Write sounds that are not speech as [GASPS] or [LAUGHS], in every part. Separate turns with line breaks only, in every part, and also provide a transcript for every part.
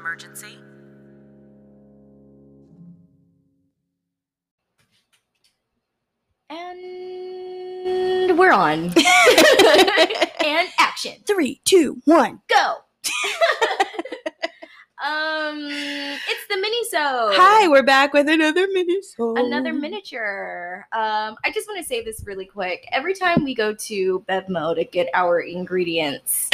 emergency?
And we're
[LAUGHS]
on. and action.
Three, two, one.
Go. [LAUGHS] um, it's the mini-so.
Hi, we're back with another mini
Another miniature. Um, I just want to say this really quick. Every time we go to Bevmo to get our
[LAUGHS]
ingredients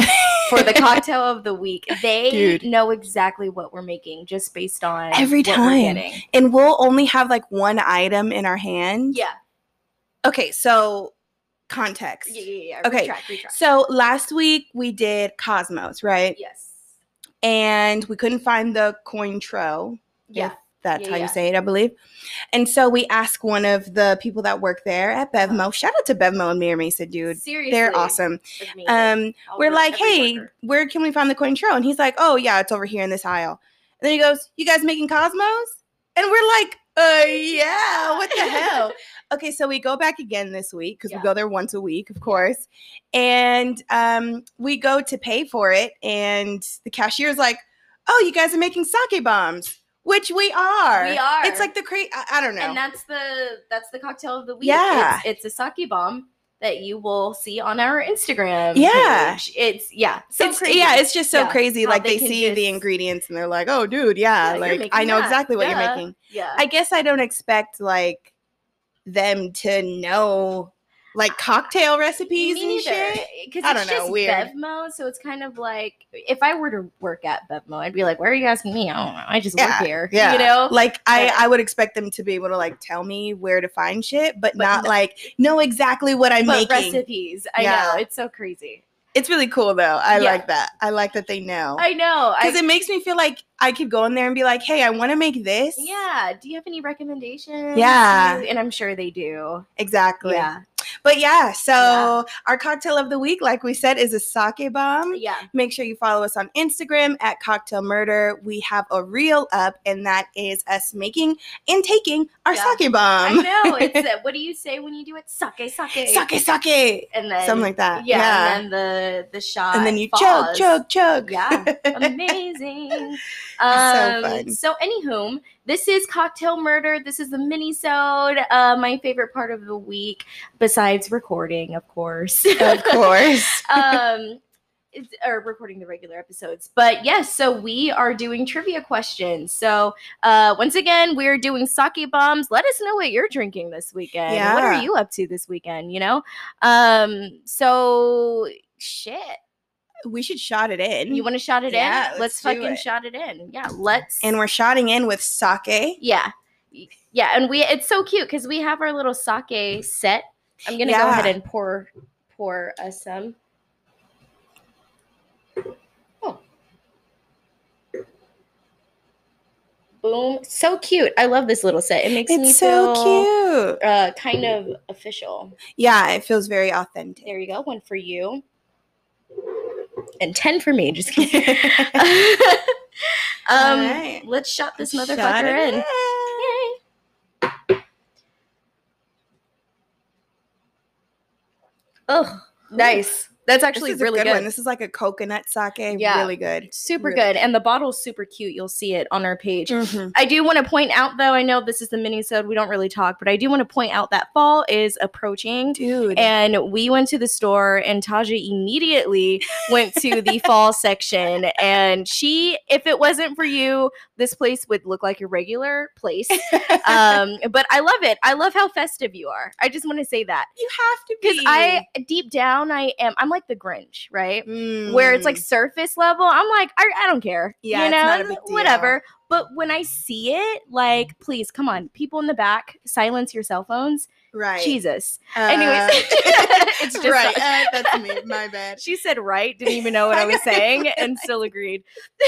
for the cocktail of the week, they
Dude.
know exactly what we're making just based on
Every
what
time.
We're getting.
And we'll only have like one item in our hand.
Yeah.
Okay, so context.
Yeah. Yeah. yeah.
Okay.
Retract, retract.
So last week we did Cosmos, right?
Yes.
And we couldn't find the coin tro.
Yeah.
if That's
Yeah,
how
yeah.
you say it, I believe. And so we asked one of the people that work there at Bevmo. Shout out to Bevmo and Mira Mesa, dude.
Uh-huh. Seriously.
They're awesome.
Amazing.
Um,
I'll
we're
do
like,
every
hey,
Oh, worker.
where can we find the coin trail? And he's like, oh yeah, it's over here in this aisle. And then he goes, you guys making Cosmos? And we're like, uh, yeah, what
[LAUGHS]
the hell? okay, so we go back again this week because
Yeah.
we go there once a week, of course. And um, we go to pay for it, and the cashier's like, oh, you guys are making sake bombs, which we are.
We are.
It's like the cra I, I don't know.
and that's the that's the cocktail of the week.
Yeah.
it's, it's a sake bomb that you will see on our Instagram.
Yeah.
page. it's yeah, so
it's,
crazy.
Yeah, it's just so
Yeah,
crazy.
how
Like
they
they
can
see the
just-
ingredients and they're like, "Oh, dude,
Yeah,
yeah,
you're
like
making
I know
that,
exactly what you're
duh.
making."
yeah.
I guess I don't expect like them to know like cocktail recipes
Me
and
neither,
shit.
because
I
it's
don't know,
just
weird.
Bevmo, so it's kind of like if I were to work at Bevmo, I'd be like, "Where are you asking me? I don't know. I just
Yeah,
work here,
Yeah,
you know."
like I,
But-
I would expect them to be able to like tell me where to find shit, but,
But
not
no-
like know exactly what I'm
but
making.
recipes, I
Yeah.
know it's so crazy.
It's really cool though. I
Yeah.
like that. I like that they know
I know. I,
because it makes me feel like I could go in there and be like, "Hey, I want to make this."
yeah. Do you have any recommendations?
Yeah.
and I'm sure they do.
exactly.
Yeah,
But yeah, so
Yeah.
our cocktail of the week, like we said, is a sake bomb.
yeah.
Make sure you follow us on Instagram at Cocktail Murder. We have a reel up, and that is us making and taking our
Yeah.
sake bomb. [LAUGHS]
I know. It's uh, what do you say when you do it? Sake, sake,
Sake, sake.
and then
Something like that.
yeah,
Yeah.
and then the the shot,
And then you
falls.
chug, chug, chug. [LAUGHS]
Yeah, Um, amazing.
So
Um,
fun.
so, anywho, this is cocktail murder. This is the mini-sode. Uh, my favorite part of the week, besides recording, of course.
of
[LAUGHS]
course.
um it's, or recording the regular episodes but yes so we are doing trivia questions so uh once again we're doing sake bombs let us know what you're drinking this weekend what
Yeah.
are you up to this weekend you know um so shit
We should shot it in.
you want to shot it
Mm. Yeah,
in
let's
let's,
do
fucking
it.
shot it in yeah let's
and we're shotting in with sake.
yeah yeah and we it's so cute because we have our little sake set i'm gonna go
Yeah.
ahead and pour pour us some oh. boom so cute i love this little set it makes me
It's so
feel
cute.
uh kind of official
Yeah, it feels very authentic.
there you go one for you and 10 for me just kidding
[LAUGHS]
[LAUGHS] um
right.
let's shot this
Shot
motherfucker
it
in Yay. Oh, nice. That's actually
this is
really
a good,
good.
one. This is like a coconut sake.
Yeah.
Really good. Mm.
super
really-
good. And the bottle's super cute. You'll see it on our page.
Mm-hmm.
I do want to point out though, I know this is the mini sode, we don't really talk, but I do want to point out that fall is approaching.
Dude.
And we went to the store, and Taja immediately went to
[LAUGHS]
the fall section. And she, if it wasn't for you, this place would look like a regular place.
[LAUGHS]
Um, but I love it. I love how festive you are. I just want to say that
you have to
because I, deep down, I am. I'm like the Grinch, right?
Mm.
Where it's like surface level. I'm like, I, I don't care.
Yeah,
you
it's
know,
not a big deal.
whatever. But when I see it, like, please, come on, people in the back, silence your cell phones.
right.
Jesus.
Uh,
Anyways, Uh, [LAUGHS] it's just
right.
us.
Uh, that's me.
[LAUGHS]
My bad.
She said right, didn't even
[LAUGHS]
know what I was saying, and still agreed. [LAUGHS]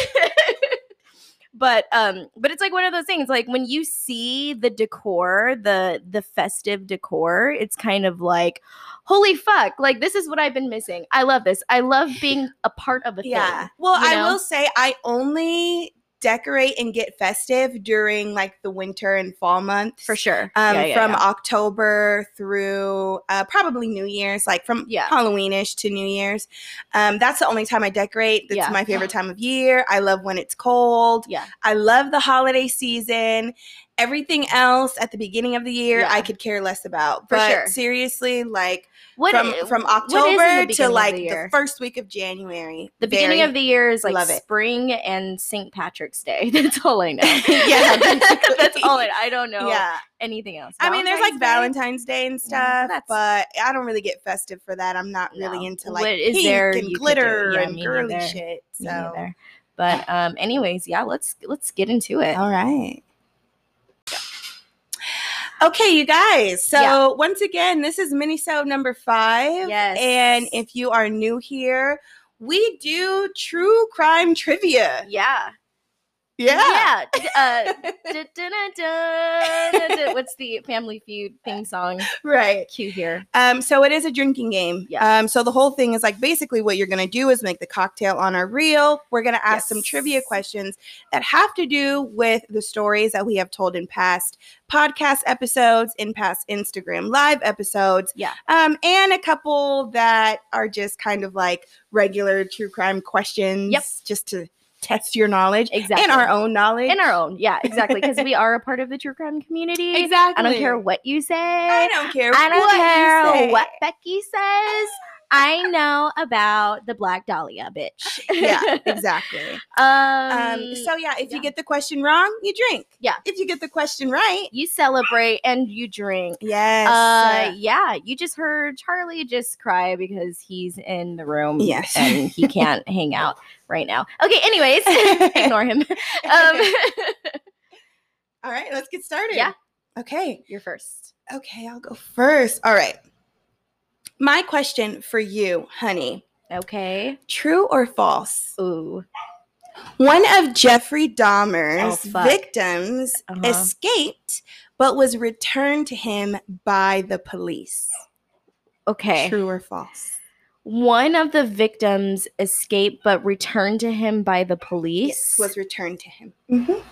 but um, but it's like one of those things. Like when you see the decor, the the festive decor, it's kind of like, holy fuck! Like this is what I've been missing. I love this. I love being a part of a thing.
Well,
You
I
know?
will say I only decorate and get festive during like the winter and fall months
for sure.
um,
Yeah, yeah,
from
yeah.
October through uh, probably New Year's, like from
Yeah.
Halloweenish to New Year's. Um, that's the only time I decorate. That's
Yeah. [GASPS]
my favorite time of year. I love when it's cold.
Yeah.
I love the holiday season. Everything else at the beginning of the year,
Yeah.
I could care less about.
For
but
sure.
seriously, like
What
from
i-
from
what is in the
October
beginning
to
of
like
the,
the,
year?
first week of January.
The beginning
Very-
of the year is like
love it.
spring and St. Patricks Day. [LAUGHS] That's all I know.
[LAUGHS] Yeah, basically.
[LAUGHS] that's all I. I
[LAUGHS]
don't know
yeah.
anything else.
I mean, there's like Valentine's Day and
Yeah,
stuff,
that's-
but I don't really get festive for that. I'm not really
No.
into like
What is
pink
there you
and
could do?
glitter
Yeah,
and
me
girly
neither.
shit.
Me
So,
neither. But um, anyways, yeah, let's let's get into it.
all right. Okay, you guys. So
Yeah.
once again, this is Minisode number five.
Yes.
And if you are new here, we do true crime trivia.
Yeah.
Yeah.
[LAUGHS] Yeah. d- Uh, dun, dun, dun, dun, dun, dun. What's the Family Feud theme song
[LAUGHS] Right.
cue here?
Um, so it is a drinking game.
Yeah.
Um, so the whole thing is like basically what you're gonna do is make the cocktail on our reel. We're gonna ask some trivia
Yes.
questions that have to do with the stories that we have told in past podcast episodes, in past Instagram live episodes,
Yeah.
um, and a couple that are just kind of like regular true crime questions, just to test your knowledge
Exactly.
and our own knowledge.
In our own. Yeah, exactly. Because we are a part of the true crime community.
exactly.
I don't care what you say.
I don't care.
I don't
what you
care
say.
what Becky says. I know about the Black Dahlia bitch. [LAUGHS]
yeah, exactly.
um,
Um, so yeah, if
yeah.
you get the question wrong, you drink.
Yeah.
If you get the question right,
you celebrate and you drink.
yes. [LAUGHS]
Uh, yeah, you just heard Charlie just cry because he's in the room.
Yes.
and he
[LAUGHS]
can't hang out right now. Okay, anyways, [LAUGHS] ignore him. Um,
[LAUGHS] All right, let's get started.
Yeah.
Okay.
you're first.
Okay, I'll go first. All right. My question for you, honey.
Okay.
True or false?
Ooh.
One of Jeffrey Dahmer's
Oh, fuck.
victims
Uh-huh.
escaped but was returned to him by the police.
Okay.
True or false?
One of the victims escaped but returned to him by the police.
was returned to him. Mhm.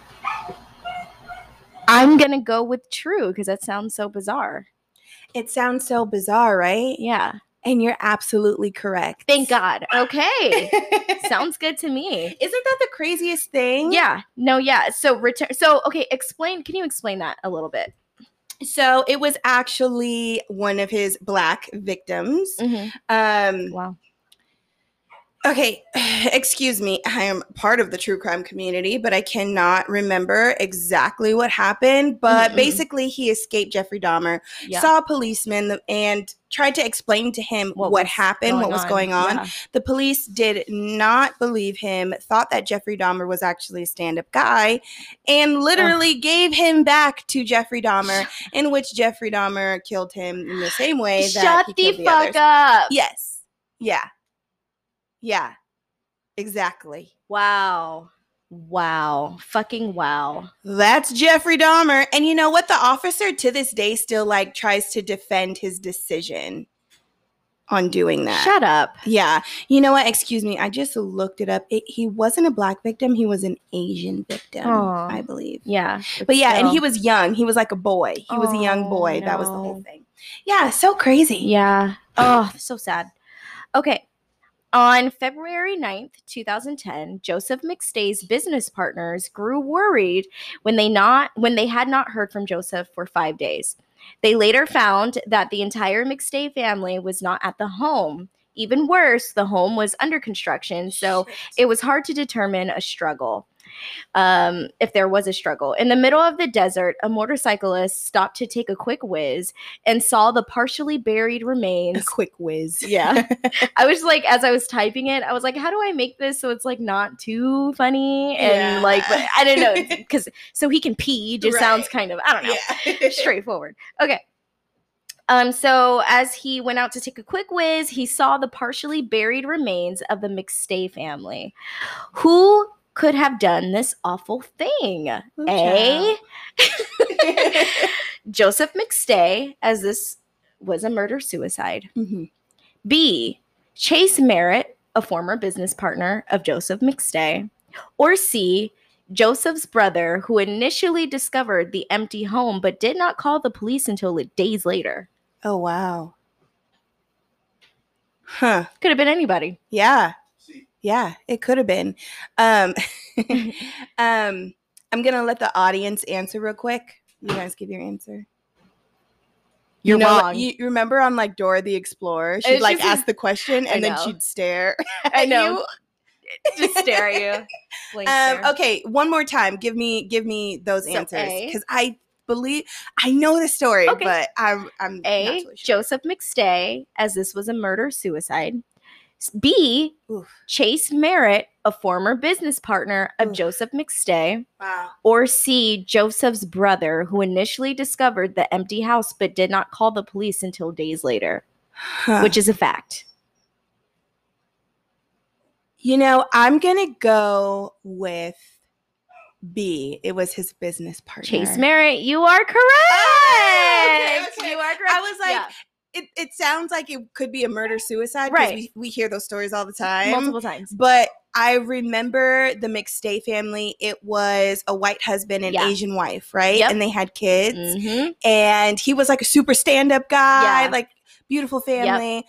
I'm gonna go with true because that sounds so bizarre.
It sounds so bizarre, right?
Yeah.
And you're absolutely correct.
Thank
[LAUGHS]
God. Okay.
Isn't
sounds good to me.
that the craziest thing?
Yeah. No. Yeah. So return. So okay. Explain. Can you explain that a little bit?
So it was actually one of his black victims. Um
Mm. Wow.
okay, [SIGHS] excuse me. I am part of the true crime community, but I cannot remember exactly what happened, but
Mhm, mhm.
basically he escaped Jeffrey Dahmer,
Yeah.
saw a policeman th- and tried to explain to him what,
was
happened, what was going on.
Yeah.
The police did not believe him, thought that Jeffrey Dahmer was actually a stand up guy, and literally gave him back to Jeffrey Dahmer, in which Jeffrey Dahmer killed him in the same way that
Shut
he
the
killed
fuck
others.
up.
Yes. Yeah. Yeah. Exactly.
Wow. Wow. Fucking wow.
That's Jeffrey Dahmer. And you know what? The officer to this day still like tries to defend his decision on doing that.
Shut up.
Yeah. You know what? Excuse me. I just looked it up. It, he wasn't a black victim. He was an Asian victim,
Aw.
I believe.
Yeah.
But yeah, and he
still.
was young. He was like a boy. He was a young
Oh,
boy. That was the whole
no.
thing. Yeah. So crazy. [CLEARS THROAT]
Yeah. Oh, so sad. Okay. On February 9th, 2010, Joseph McStay's business partners grew worried when they not when they had not heard from Joseph for 5 days. They later found that the entire McStay family was not at the home. Even worse, the home was under construction, so [LAUGHS] it was hard to determine a struggle um, if there was a struggle. In the middle of the desert, a motorcyclist stopped to take a quick whiz and saw the partially buried
a
remains.
quick
[LAUGHS]
whiz.
Yeah. I was like, as I was typing it, I was like, how do I make this so it's like not too funny? And
Yeah.
like, but I don't know,
[LAUGHS]
because so he can pee just sounds kind of, I don't know
yeah. [LAUGHS]
straightforward. Okay. Um, so as he went out to take a quick whiz, he saw the partially buried remains of the McStay family. Who could have done this awful thing?
Ooh,
A.
child.
Joseph McStay, as this was a murder suicide.
Mhm.
B. Chase Merritt, a former business partner of Joseph McStay. Or C. Joseph's brother, who initially discovered the empty home but did not call the police until days later.
Oh, wow. Huh.
Could have been
[LAUGHS]
anybody.
Yeah. Yeah, it could have been.
[LAUGHS]
Um, [LAUGHS] um, I'm going to let the audience answer real quick. You guys give your answer.
You're
know,
wrong.
You you remember on like Dora the Explorer, she'd
It's
like
just-
ask the question
I
and then
know.
she'd stare. [LAUGHS]
I
at
know.
you.
Just stare at [LAUGHS] you. Blank
Um,
stare.
okay, one more time. Give me give me those
So,
answers
A.
because I believe I know the story,
Okay.
but I'm I'm
A.
not totally sure.
Joseph McStay, as this was a murder suicide. S- B.
Oof.
Chase Merritt, a former business partner of
Oof.
Joseph McStay.
Wow.
Or C. Joseph's brother, who initially discovered the empty house but did not call the police until days later,
Huh.
which is a fact.
you know, I'm gonna go with B. It was his business partner.
Chase Merritt, you are correct.
Oh, okay.
You are correct.
I was like,
Yeah,
It, it sounds like it could be a murder suicide.
Right.
We, we hear those stories all the time.
multiple times.
But I remember the McStay family. It was a white husband and
Yeah.
Asian wife, right?
Yep.
And they had kids.
Mhm.
And he was like a super stand up guy,
Yeah.
like beautiful family.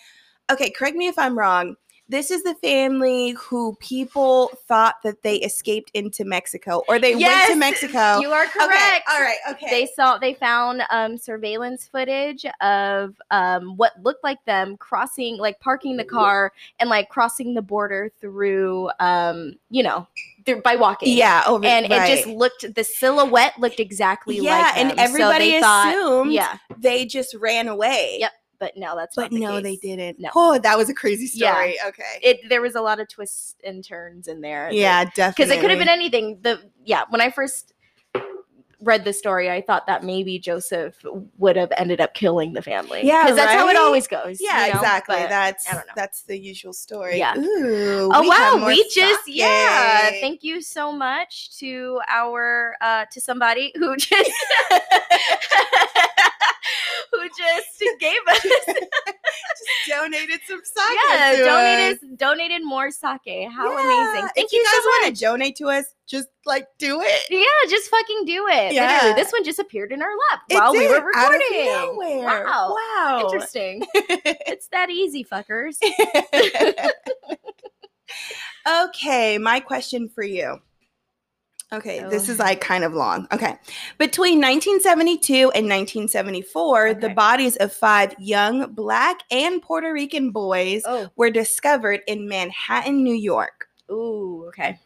Okay, correct me if I'm wrong. This is the family who people thought that they escaped into Mexico or they went
Yes,
to Mexico.
You are
Oh, Okay,
correct.
all right. Okay.
They saw they found um, surveillance footage of um, what looked like them crossing, like parking the car and like crossing the border through, um, you know, through, by walking.
yeah. Over.
and it just
right.
looked the silhouette looked exactly
yeah,
like
and
them. So
everybody
they thought,
assumed
yeah,
they just ran away.
Yep. but no, that's
But
not the
no, they
case.
didn't.
No.
Oh, that was a crazy
Yeah.
story. Okay.
It there was a lot of twists and turns in there. that-
Yeah, definitely.
because it could have been anything. The yeah, when I first read the story, I thought that maybe Joseph would have ended up killing the family.
Yeah,
because that's how
right?
it always goes.
Yeah,
you know?
exactly.
But-
that's
I don't know.
that's the usual story.
Yeah.
Ooh,
oh
we have
wow,
more
we just
sake.
yeah. Thank you so much to our uh to somebody who [LAUGHS] just who just gave us
just donated some sake.
yeah
to us.
donated donated more sake. How amazing!
Yeah,
Thank
if you, guys
so much.
want to donate to us, just like do it.
Yeah, just fucking do it.
Yeah.
Literally, this one just appeared in our lap
It
while we
did,
were recording.
Out of nowhere.
Wow.
Wow.
Interesting.
[LAUGHS]
it's that easy, fuckers.
okay, my question for you. Okay, this
Oh.
is like kind of long. Okay. Between 1972 and 1974, the
Okay.
bodies of five young Black and Puerto Rican boys
Oh.
were discovered in Manhattan, New York.
Ooh, okay.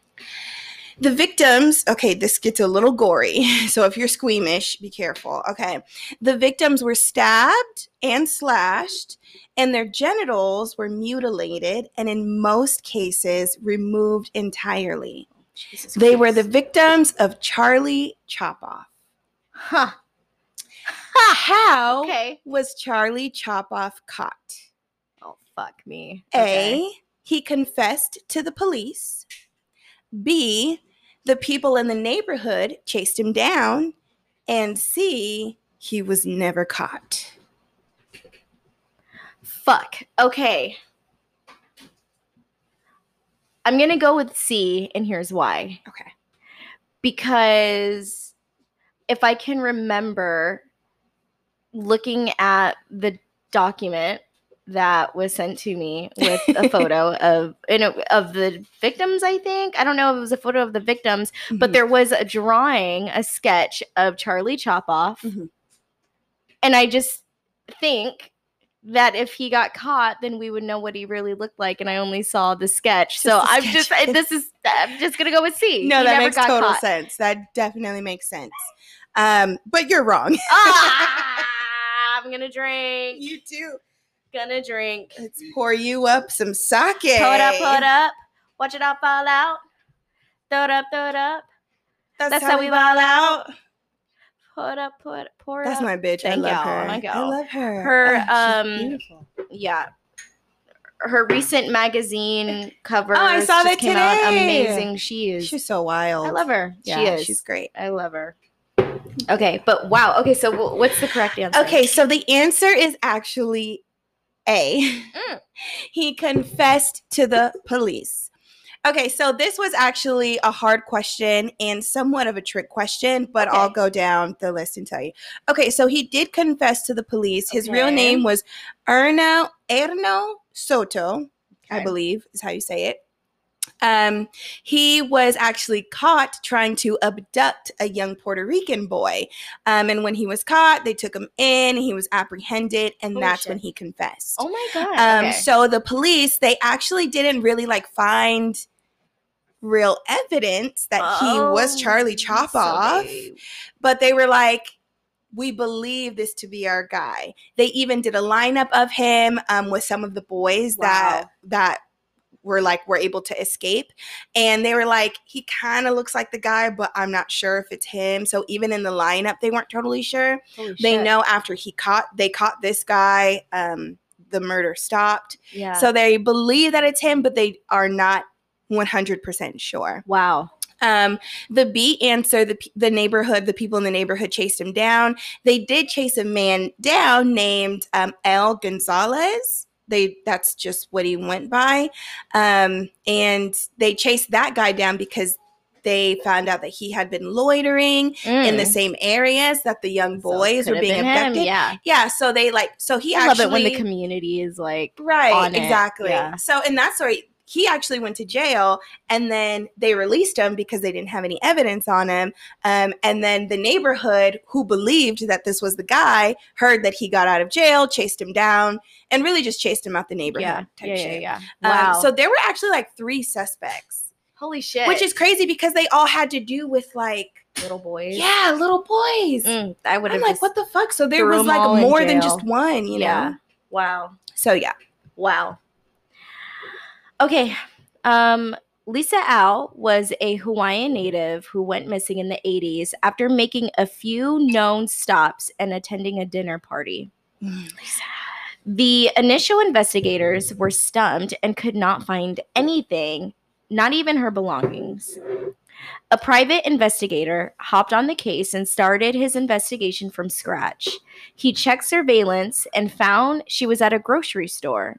The victims, okay, this gets a little gory. [LAUGHS] So if you're squeamish, be careful. Okay. The victims were stabbed and slashed, and their genitals were mutilated and, in most cases, removed entirely.
Jesus
They were the
Christ.
victims of Charlie Chopoff.
Huh.
How
Okay.
was Charlie Chopoff caught?
Oh, fuck me. Okay.
A, he confessed to the police. B, the people in the neighborhood chased him down. And C, he was never caught.
Fuck. Okay. I'm going to go with C, and here's why.
Okay.
because if I can remember looking at the document that was sent to me with a photo of and it, of the victims I think I don't know if it was a photo of the victims but
Mhm.
there was a drawing a sketch of Charlie Chopoff
Mhm.
and I just think that if he got caught then we would know what he really looked like and I only saw the sketch
Just
so
the
I'm
sketch.
just I- this is I'm just going to go with C
Hmm. no,
He
that
never
makes
got
total
caught.
sense. That definitely makes sense. Um, but
[LAUGHS]
you're wrong. [LAUGHS]
ah, I'm gonna drink.
you do.
Gonna drink.
Let's pour you up some sake.
Pull it up, pull it up. Watch it all fall out. Throw it up, throw it up.
That's,
That's
how, we ball out.
Pull it up, pull it, pour it
That's
up.
my bitch. I
Thank
love
y'all.
her.
Thank
I
y'all.
love her. Oh,
Her,
she's
um,
beautiful.
yeah. Her recent magazine cover.
saw that
came out.
today.
Amazing. She is.
she's so wild.
I love her. she
Yeah,
is.
She's great.
I love her. Okay, but wow. Okay, so wh- what's the correct answer?
Okay, so the answer is actually A.
Mm.
[LAUGHS] he confessed to the police. Okay, so this was actually a hard question and somewhat of a trick question, but I'll
Okay.
go down the list and tell you. Okay, so he did confess to the police. His real
Okay.
name was Erno Erno Soto, I
Okay.
believe is how you say it. Um, he was actually caught trying to abduct a young Puerto Rican boy. Um, and when he was caught, they took him in, he was apprehended, and
Holy
that's
shit.
when he confessed.
Oh my god.
Um,
okay.
So the police, they actually didn't really like find real evidence that he
Oh,
was Charlie
so
Chopoff,
they-
but they were like, we believe this to be our guy. They even did a lineup of him um, with some of the boys that
Wow.
that were like were able to escape and they were like he kind of looks like the guy but i'm not sure if it's him so even in the lineup they weren't totally sure
holy
they
shit.
know after he caught they caught this guy um the murder stopped
Yeah.
so they believe that it's him, but they are not 100% sure.
wow.
Um, the B answer the, p- the neighborhood, the people in the neighborhood chased him down. They did chase a man down named um, El Gonzalez. They that's just what he went by. Um, and they chased that guy down because they found out that he had been loitering in the
Mm.
same areas that the young
So
boys
could
were
have
being
been him,
abducted. Yeah.
Yeah.
so they like so he
I
actually
love it when the community is like
Right,
on it.
exactly.
Yeah.
So in that story, he actually went to jail and then they released him because they didn't have any evidence on him. Um, and then the neighborhood who believed that this was the guy heard that he got out of jail, chased him down, and really just chased him out the neighborhood.
yeah,
type
yeah, yeah,
shit.
yeah.
Um,
Wow.
so there were actually like three suspects,
holy shit.
which is crazy because they all had to do with like,
little boys.
yeah, little boys.
Mm, I would
I'm
have
like, what the fuck? So there
threw
was
them
like
all in
more than
jail.
just one, you know?
Wow.
So yeah.
Wow. Okay. Um, Lisa Au was a Hawaiian native who went missing in the 80s after making a few known stops and attending a dinner party. Mm. The initial investigators were stumped and could not find anything, not even her belongings. A private investigator hopped on the case and started his investigation from scratch. He checked surveillance and found she was at a grocery store.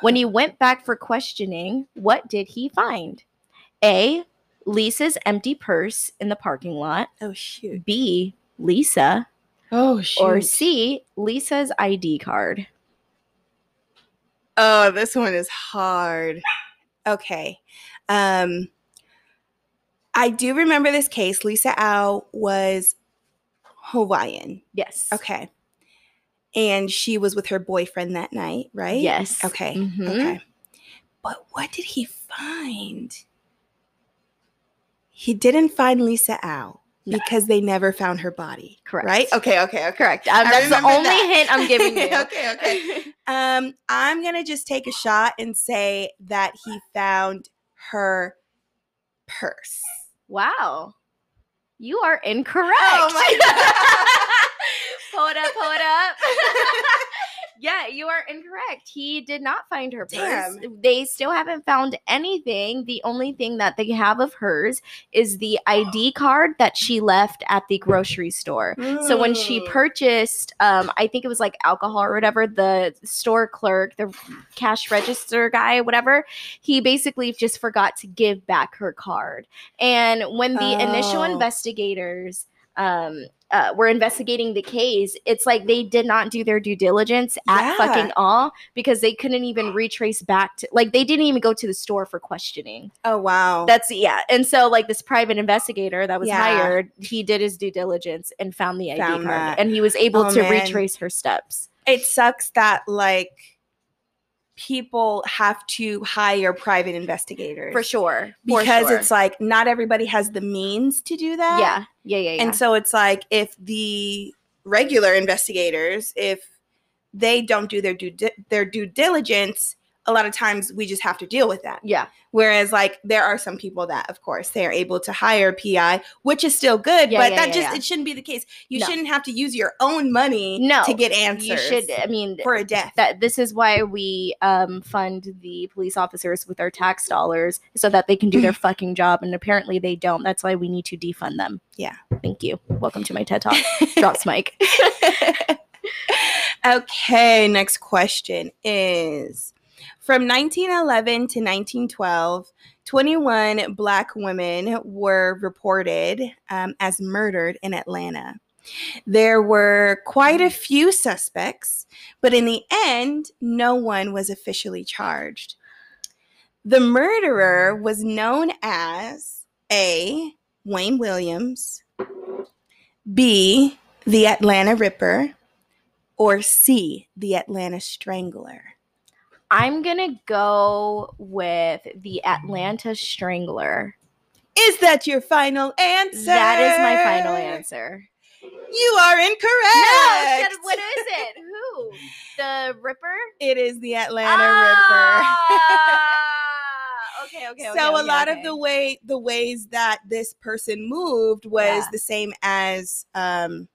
When he went back for questioning, what did he find? A. Lisa's empty purse in the parking lot.
Oh shoot.
B. Lisa.
Oh shoot.
Or C. Lisa's ID card.
Oh, this one is hard. Okay. Um I do remember this case. Lisa Au was Hawaiian.
Yes.
Okay. And she was with her boyfriend that night, right?
Yes.
Okay.
Mhm.
Okay. But what did he find? He didn't find Lisa Au
No.
because they never found her body.
Correct.
Right? Okay, okay, okay.
Correct. Um,
I
that's the
remember
only
that.
hint I'm giving you.
[LAUGHS] okay, okay. Um, I'm gonna just take a shot and say that he found her purse.
Wow. You are incorrect.
Oh my
[LAUGHS] pull it up, pull it up. [LAUGHS] yeah, you are incorrect. He did not find her purse.
Damn.
They still haven't found anything. The only thing that they have of hers is the ID card that she left at the grocery store. So when she purchased, um, I think it was like alcohol or whatever, the store clerk, the cash register guy, whatever, he basically just forgot to give back her card. And when the initial
Oh.
investigators um, uh, were investigating the case, it's like they did not do their due diligence at
Yeah.
fucking all because they couldn't even retrace back to, like, they didn't even go to the store for questioning.
oh wow,
That's yeah. And so like this private investigator that was
Yeah.
hired, he did his due diligence and found the ID
Found
card
that.
and he was able
Oh,
to
man.
retrace her steps.
it sucks that like people have to hire private investigators
For sure. For
because
sure.
it's like not everybody has the means to do that.
yeah. Yeah, yeah, yeah.
And so it's like if the regular investigators, if they don't do their due di- their due diligence, a lot of times we just have to deal with that.
yeah.
Whereas like there are some people that of course they are able to hire PI, which is still good,
Yeah,
but
yeah,
that
yeah,
just
yeah.
it shouldn't be the case. You
No.
shouldn't have to use your own money
No,
to get answers.
You should I mean
for a death.
that this is why we um, fund the police officers with our tax dollars so that they can
[CLEARS THROAT]
do their fucking job and apparently they don't. That's why we need to defund them.
Yeah.
Thank you. Welcome to my TED
[LAUGHS]
Talk. Drops mic.
okay, next question is From 1911 to 1912, 21 Black women were reported um, as murdered in Atlanta. There were quite a few suspects, but in the end, no one was officially charged. The murderer was known as A. Wayne Williams, B. The Atlanta Ripper, or C. The Atlanta Strangler.
I'm gonna go with the Atlanta Strangler.
Is that your final answer?
That is my final answer.
You are incorrect.
No, shut- what is it? Who? The Ripper?
It is the Atlanta Ripper.
Ah, Oh, okay, okay.
so
okay,
a lot
okay.
of the way the ways that this person moved was
Yeah.
the same as um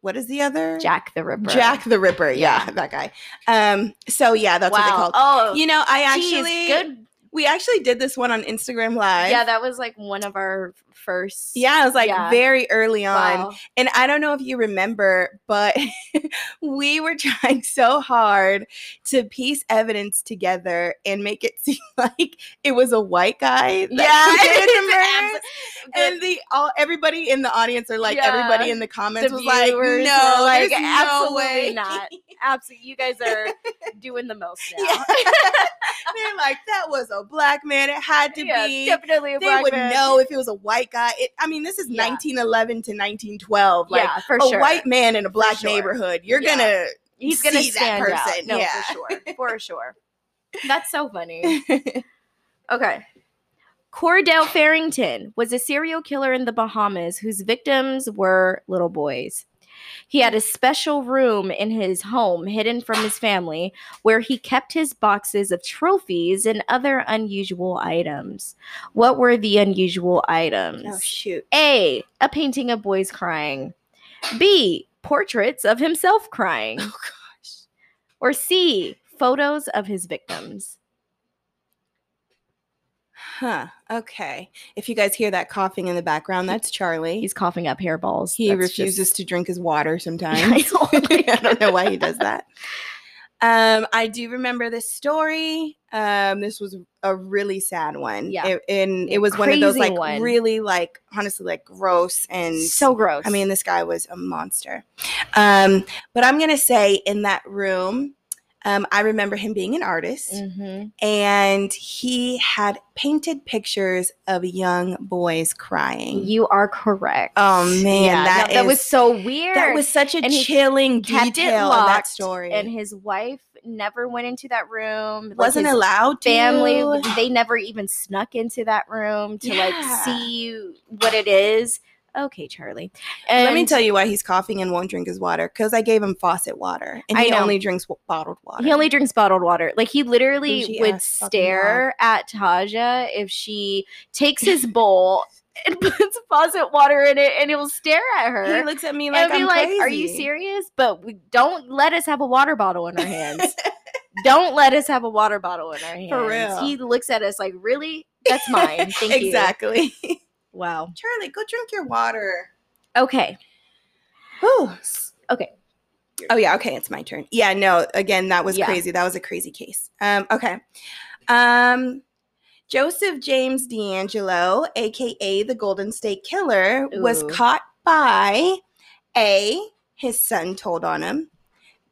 what is the other
Jack the Ripper.
Jack the Ripper, yeah, that guy. Um so yeah, that's
wow.
what they called.
Oh,
you know, I
geez,
actually
good.
we actually did this one on Instagram live.
Yeah, that was like one of our first.
yeah, it was like
yeah.
very early on. [LAUGHS]
Wow.
And I don't know if you remember, but [LAUGHS] we were trying so hard to piece evidence together and make it [LAUGHS] seem like it was a white guy. That
[LAUGHS]
committed the murders.
yeah.
and the all everybody in the audience or like
Yeah.
everybody in the comments
The
was like, no,
viewers were like,
there's
"Absolutely
no way.
not." Absolutely, you guys are doing the most now.
[LAUGHS] Yeah. They're like, that was a black man. It had to
Yeah,
be.
definitely a
They
black
would
man.
know if it was a white guy. It, I mean, this is
Yeah.
1911 to 1912. Like
yeah, for
a
sure.
white man in a black
sure.
neighborhood, you're
Yeah.
gonna
He's gonna
see that
stand
person,
Out. No,
yeah.
for
[LAUGHS]
sure, for sure. That's so funny. [LAUGHS] Okay. Cordell Farrington was a serial killer in the Bahamas whose victims were little boys. He had a special room in his home hidden from his family where he kept his boxes of trophies and other unusual items. What were the unusual items?
Oh shoot.
A. A painting of boys crying. B. Portraits of himself crying.
Oh gosh.
Or C. Photos of his victims.
Huh. Okay. If you guys hear that coughing in the background, that's Charlie.
He's coughing up hairballs.
he
That's
refuses
just-
to drink his water sometimes.
[LAUGHS] I know, right?
[LAUGHS] I don't know
[LAUGHS]
why he does that. Um, I do remember this story. Um, this was a really sad one.
Yeah.
It- and
A
it was one of those
crazy
like
one.
really like honestly like gross and
so gross.
I mean, this guy was a monster. Um, but I'm gonna say in that room, um, I remember him being an artist
Mhm.
and he had painted pictures of young boys crying.
you are correct.
Oh, man, that
no, that was
is-
so weird.
that was such a
And he
chilling
kept it
detail of that
locked
story.
and his wife never went into that room. Like,
wasn't
his
allowed to
family. They never even snuck into that room to
Yeah.
like see what it is. Okay, Charlie. And
Let me tell you why he's coughing and won't drink his water. Because I gave him faucet water, and
I
he
know.
only drinks w- bottled water.
He only drinks bottled water. Like he literally
Bougie
would
ass fucking
stare at Taja if she takes
[LAUGHS]
his bowl and [LAUGHS] puts faucet water in it, and he will stare at her.
He looks at me
and
like
be
I'm
like,
crazy.
"Are you serious?" But we, don't let us have a water bottle in our
[LAUGHS]
hands. don't let us have a water bottle in our hands.
For real.
He looks at us like, "Really? That's mine." Thank you.
exactly. [LAUGHS]
Wow.
Charlie, go drink your water.
Okay.
Whew.
Okay.
Oh yeah. Okay, it's my turn. Yeah. No. Again, that was
Yeah.
crazy. That was a crazy case. Um. Okay. Um. Joseph James D'Angelo, aka the Golden State Killer, was
Ooh.
caught by A, his son told on him,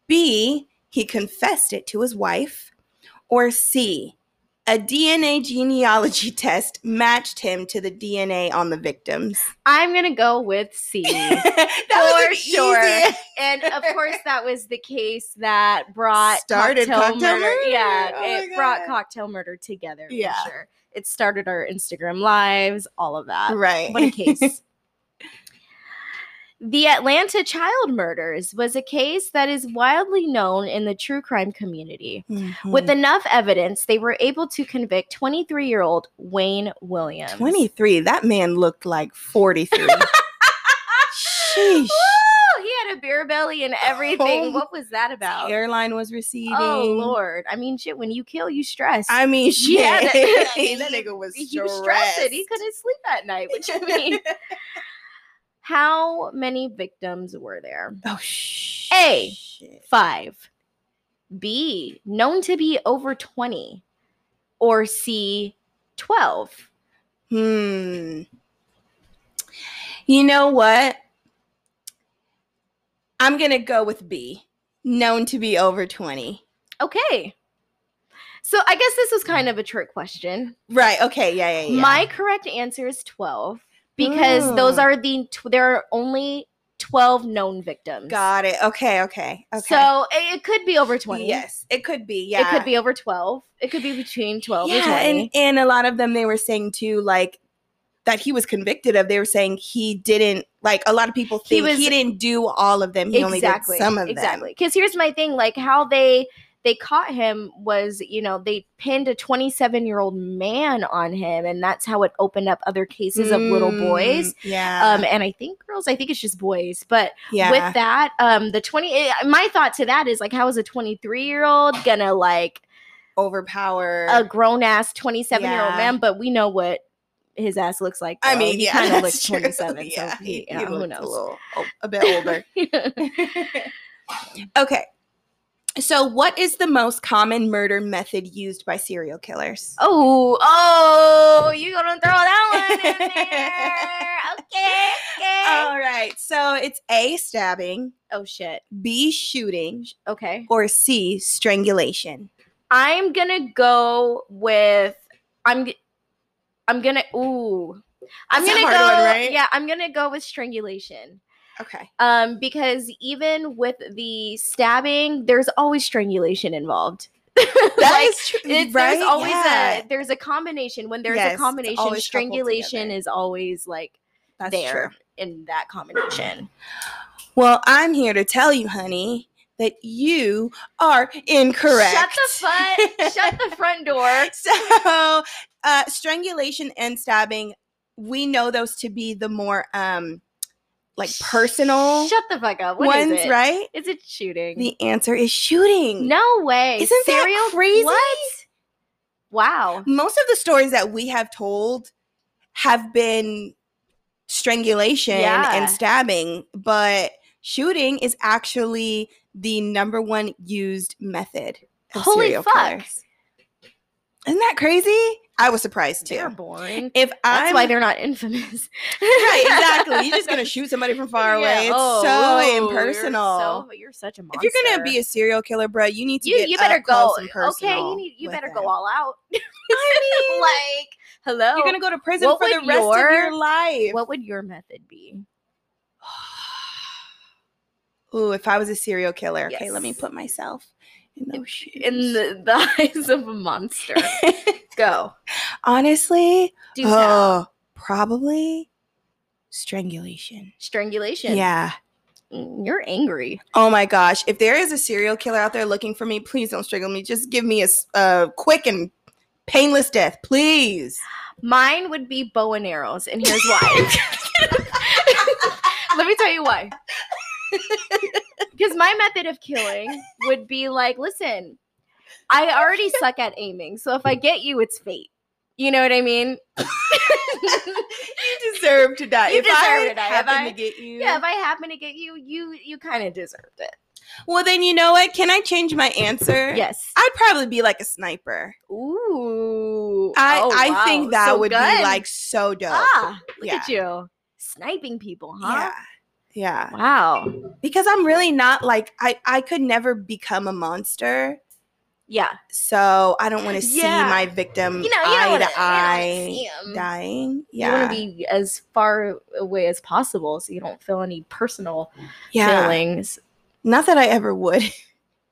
B, he confessed it to his wife, or C, a DNA genealogy [LAUGHS] test matched him to the DNA on the victims.
I'm gonna go with
[LAUGHS]
C.
that
Mm. For
an
sure.
easy-
and of course that was the case that brought
Started
cocktail,
Cocktail
murder. Yeah,
Murder. Oh my
it brought
God.
cocktail murder together.
Yeah.
for sure. It started our Instagram lives, all of that.
Right.
What a
[LAUGHS]
case. The Atlanta child murders was a case that is widely known in the true crime community.
Hmm.
With enough evidence, they were able to convict 23 year old Wayne Williams.
23, Mm-hmm. that man looked like [LAUGHS] 43. Sheesh.
Woo! He had a beer belly and everything.
Oh,
what was that
The
about?
airline was receding.
Oh Lord! I mean, shit. When you kill, you stress.
I mean, shit.
Yeah, that-
that,
I mean, he-
nigga was
you stressed. He
stressed.
couldn't sleep at night. What
[LAUGHS]
you mean? How many victims were there?
Oh, sh-
A.
shit.
Five. B, known to be over 20, or C, 12?
Hmm. You know what? I'm going to go with B, known to be over 20.
Okay. So I guess this was kind of a trick question.
Right. Okay. Yeah. Yeah. yeah.
My correct answer is 12 because those
Ooh.
are the tw- there are only 12 known victims.
Got it. Okay. Okay. Okay.
So it, it could be over 20.
Yes. It could be. Yeah.
It could be over 12. It could be between 12 and
Yeah,
20.
and, and a lot of them they were saying too, like that he was convicted of. They were saying he didn't like a lot of people
He
think he,
was-
didn't do all of them. He only did some of
exactly. Because here's my thing: like how they they caught him was, you know, they pinned a 27 year old man on him, and that's how it opened up other
them.
cases of little boys.
Mm, Yeah.
Um, and I think girls. I think it's just boys. But
yeah.
with that, um, the 20. eh, My thought to that is like, how is a 23 year old gonna like
overpower.
a grown ass 27 year old
Yeah.
man? But we know what his ass looks like.
I
though.
mean,
he
yeah,
kind of
[LAUGHS] that's
looks
true.
27.
Yeah,
so he,
he- he
yeah, who
looked A,
knows?
little, [LAUGHS] o- a bit older.
[LAUGHS]
okay. So, what is the most common murder method used by serial killers?
Oh, [LAUGHS] oh, you gonna throw
[LAUGHS]
that one in there. Okay, okay.
All right. So, it's A, stabbing,
oh shit.
B, shooting,
Okay.
or C, strangulation.
I'm gonna go with I'm g- I'm gonna ooh. I'm
That's a
gonna go
hard one, right?
yeah, I'm gonna go with strangulation.
Okay.
Um, because even with the stabbing, there's always strangulation involved.
[LAUGHS]
[LAUGHS]
That
Like,
is true.
It's,
right?
There's always
Yeah.
a there's a combination. When there's
Yes,
a
it's
combination,
always coupled
strangulation
together.
is always like
That's
there
true.
in that combination.
Well, I'm here to tell you, honey, that you are incorrect.
Shut the
[LAUGHS]
front. shut the front door.
so uh, strangulation and stabbing we know those to be the more um like personal
Shut the fuck up. What is
ones
it?
right
Is it shooting?
the answer is shooting
no way.
Isn't that
Serial
crazy?
What? Wow.
most of the stories that we have told have been strangulation
Yeah.
and stabbing but shooting is actually the number one used method of
Holy
serial
fuck.
killers. isn't that crazy i was surprised
They're
too
boring.
if
That's
I'm,
why they're not infamous.
[LAUGHS] right,
[LAUGHS]
exactly. You're just gonna shoot somebody from far
Yeah.
away. It's
Oh,
so
whoa,
impersonal.
You're, so, you're such a monster.
if you're gonna be a serial killer, bro, you need to
you,
get
you better
up
go.
close and personal
Okay, you need, you
with
better
them.
go all out. [LAUGHS]
I mean,
like, hello.
you're gonna go to prison
what
for the
would
rest of
your-
your life.
what would your method be?
[SIGHS] Ooh, if I was a serial killer, okay, let me
Yes.
put myself in those shoes.
In the, the [LAUGHS] eyes of a monster.
[LAUGHS]
Go.
Honestly,
Do that.
oh, probably strangulation.
Strangulation.
Yeah.
Mm, You're angry.
Oh my gosh. If there is a serial killer out there looking for me, please don't strangle me. Just give me a, s- a quick and painless death, please.
Mine would be bow and arrows, and here's why. [LAUGHS] Let me tell you why. Because my method of killing would be like, listen, I already suck at aiming, so if I get you, it's fate. You know what I mean? [LAUGHS]
You deserve to die.
You
if I
deserve to die. If
happen
I-
to get you.
yeah, if I happen to get you, you you kind of deserved it.
well, then you know what? Can I change my answer?
Yes.
I'd probably be like a sniper.
Ooh.
I,
Oh,
I
wow.
think that
So
would
gun.
be like so dope.
ah, look at you sniping people, huh?
Yeah. Yeah.
Wow.
Because I'm really not like I, I could never become a monster.
Yeah.
So I don't want to
Yeah.
see my victim
You know, you
eye
don't wanna- you
to
don't wanna
eye
see 'em.
dying.
You want to
Yeah.
be as far away as possible so you don't feel any personal
yeah.
feelings.
Not that I ever would. [LAUGHS]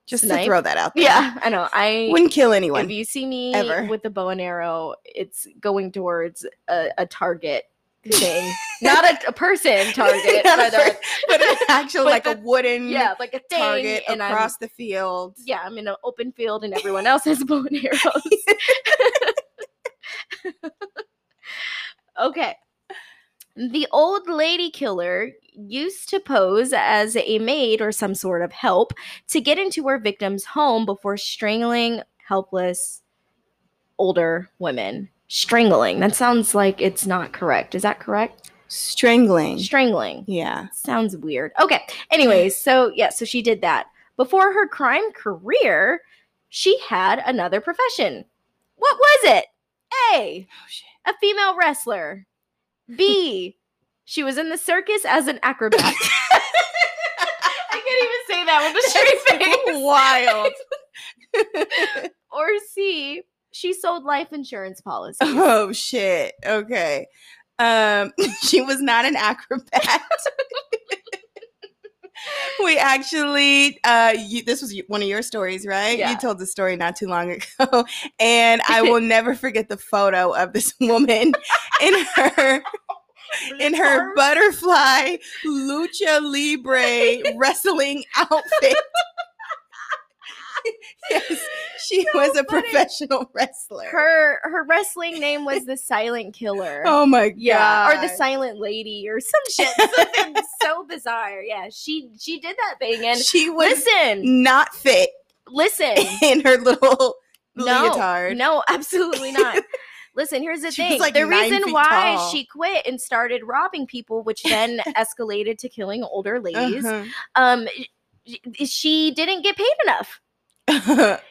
Just
Snipe?
to throw that out there.
Yeah, [LAUGHS] I know. I
Wouldn't kill
if
anyone.
you see me
Ever.
with a bow and arrow, it's going towards a, a
[LAUGHS]
target thing, not a, a person target,
[LAUGHS] Not a
but, a,
person, but
[LAUGHS]
an actual
But
like a
the-
wooden
yeah, like a thing,
target
and
across
I'm
the field.
yeah, I'm in an open field, and everyone else has [LAUGHS] bow and arrows. okay. The old lady killer used to pose as a maid or some sort of help to get into her victim's home before strangling helpless older women. Strangling. That sounds like it's not correct. Is that correct?
Strangling.
Strangling.
yeah.
[LAUGHS] Sounds weird. Okay. Anyways, so yeah, so she did that. Before her crime career, she had another profession. What was it? A.
Oh, shit.
A female wrestler. B. she was in the circus as an
[LAUGHS]
acrobat. [LAUGHS] I can't even say that with a straight face.
[LAUGHS] Wild.
Or C. She sold life insurance policies.
oh shit. Okay. Um, [LAUGHS] she was not an acrobat. [LAUGHS] we actually, uh, you, this was one of your stories, right?
Yeah.
You told the story not too long ago, [LAUGHS] and
[LAUGHS]
I will never forget the photo of this woman in her [LAUGHS] in her butterfly lucha libre wrestling outfit. [LAUGHS] yes, she
So
was a
funny.
professional wrestler.
her her wrestling name was the Silent Killer.
oh my god!
yeah, or the Silent Lady or [LAUGHS] some shit.
[LAUGHS]
Something so bizarre. Yeah, she she did that thing and
she was
listen,
not fit [LAUGHS]
listen. [LAUGHS]
in her little
No,
leotard.
No, absolutely
[LAUGHS]
not. Listen, here's the
She was
thing.
like
the
nine
reason
feet
why
tall.
she quit and started robbing people, which
[LAUGHS]
then escalated to killing older ladies,
Uh-huh. [LAUGHS]
um, she- she didn't get paid enough.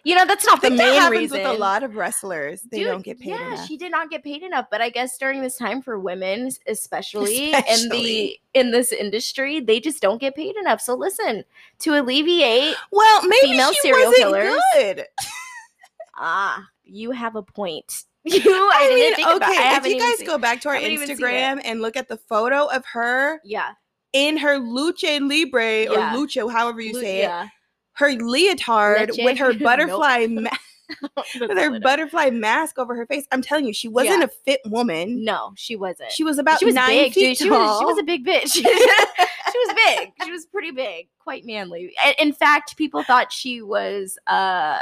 You know, that's not
the
the
that
main
happens
reason.
with a lot of wrestlers; they
Dude,
don't get paid
yeah,
enough.
she did not get paid enough. But I guess during this time for women, s- especially, in the
Especially.
in this industry, they just don't get paid enough. So listen, to alleviate,
well, maybe
female
she
serial
wasn't
killers.
good.
ah, you have a point. [LAUGHS]
[LAUGHS]
You, I, didn't think about. I
okay, if
haven't
you
even
guys
seen-
go back to our
haven't even seen it.
Instagram and look at the photo of her
yeah,
in her lucha libre or
Yeah.
lucho, however [LAUGHS] you
Lu-
say it,
yeah. [LAUGHS]
her leotard with her
Leche? [LAUGHS] Nope.
butterfly ma- with her
Literally.
butterfly mask over her face. I'm telling you, she wasn't
Yeah.
a fit woman.
No, she wasn't.
She was about
she was
nine
big,
feet
dude. She was, she was
tall.
a big bitch. [LAUGHS]
[LAUGHS]
she was big. She was pretty big, quite manly. A- In fact, people thought she was. Uh,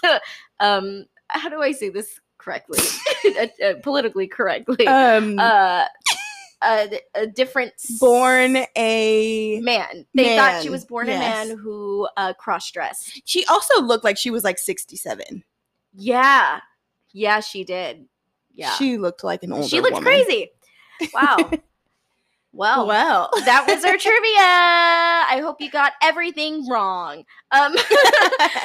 [LAUGHS] um, how do I say this correctly? [LAUGHS] Uh, uh, politically correctly. Uh,
[LAUGHS] um,
a, a different s-
born a.
man. They thought she
man,
was born a
yes.
man who uh, cross dressed.
She also looked like she was like 67.
Yeah, yeah, she did. Yeah,
She looked like an older
she looked
woman.
crazy.
[LAUGHS]
Wow. Well, [LAUGHS]
Well, [LAUGHS]
that was our trivia. I hope you got everything wrong. Um,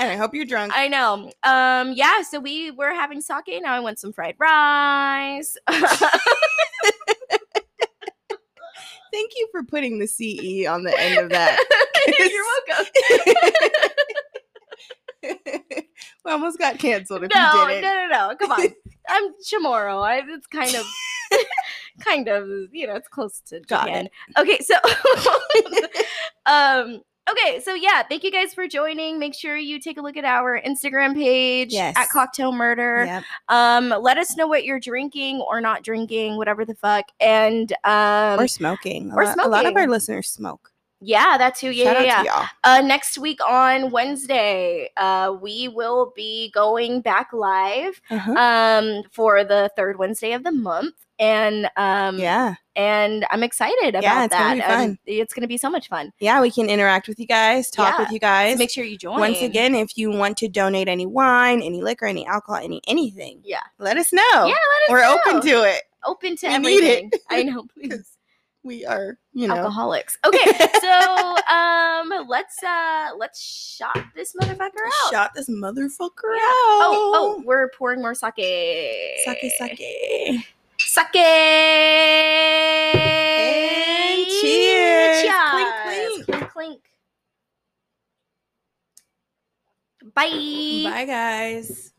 and I hope you're drunk.
I know. Um, yeah, so we were having sake. Now I want some fried rice.
Thank you for putting the CE on the end of that.
[LAUGHS]
[LAUGHS]
You're welcome.
we almost got canceled if
No,
you
no,
didn't.
no, no. Come
[LAUGHS]
on. I'm Chamorro. I, it's kind of, kind of, you know, it's close to
Got
Japan. Okay,
[LAUGHS]
so, [LAUGHS] um, okay, so yeah, thank you guys for joining. Make sure you take a look at our Instagram page
Yes.
at Cocktail Murder.
Yep.
Um, let us know what you're drinking or not drinking, whatever the fuck. And um,
Or smoking. A
or
lot, A lot of our
smoking.
listeners smoke.
yeah, that too. Yeah,
Shout out
yeah, yeah.
to y'all.
Uh, next week on Wednesday, uh, we will be going back live
Uh-huh.
um for the third Wednesday of the month. And um,
yeah.
and I'm excited about
it's
that.
gonna be
Um,
fun.
it's gonna be so much fun.
Yeah, we can interact with you guys, talk
Yeah.
with you
So
guys.
make sure you join.
Once again, if you want to donate any wine, any liquor, any alcohol, any anything,
Yeah.
let us know.
yeah, let us
We're open
know.
to it.
open to
we need it.
everything. I
[LAUGHS]
know, please.
'Cause We are, you know.
alcoholics. Okay, so um, let's uh, let's shot this motherfucker out.
Shot this motherfucker
Yeah.
out.
Oh, oh, we're pouring more sake.
Sake, sake.
Sake.
And cheers.
Cheers.
Clink,
Clink, clink. Bye.
Bye, guys.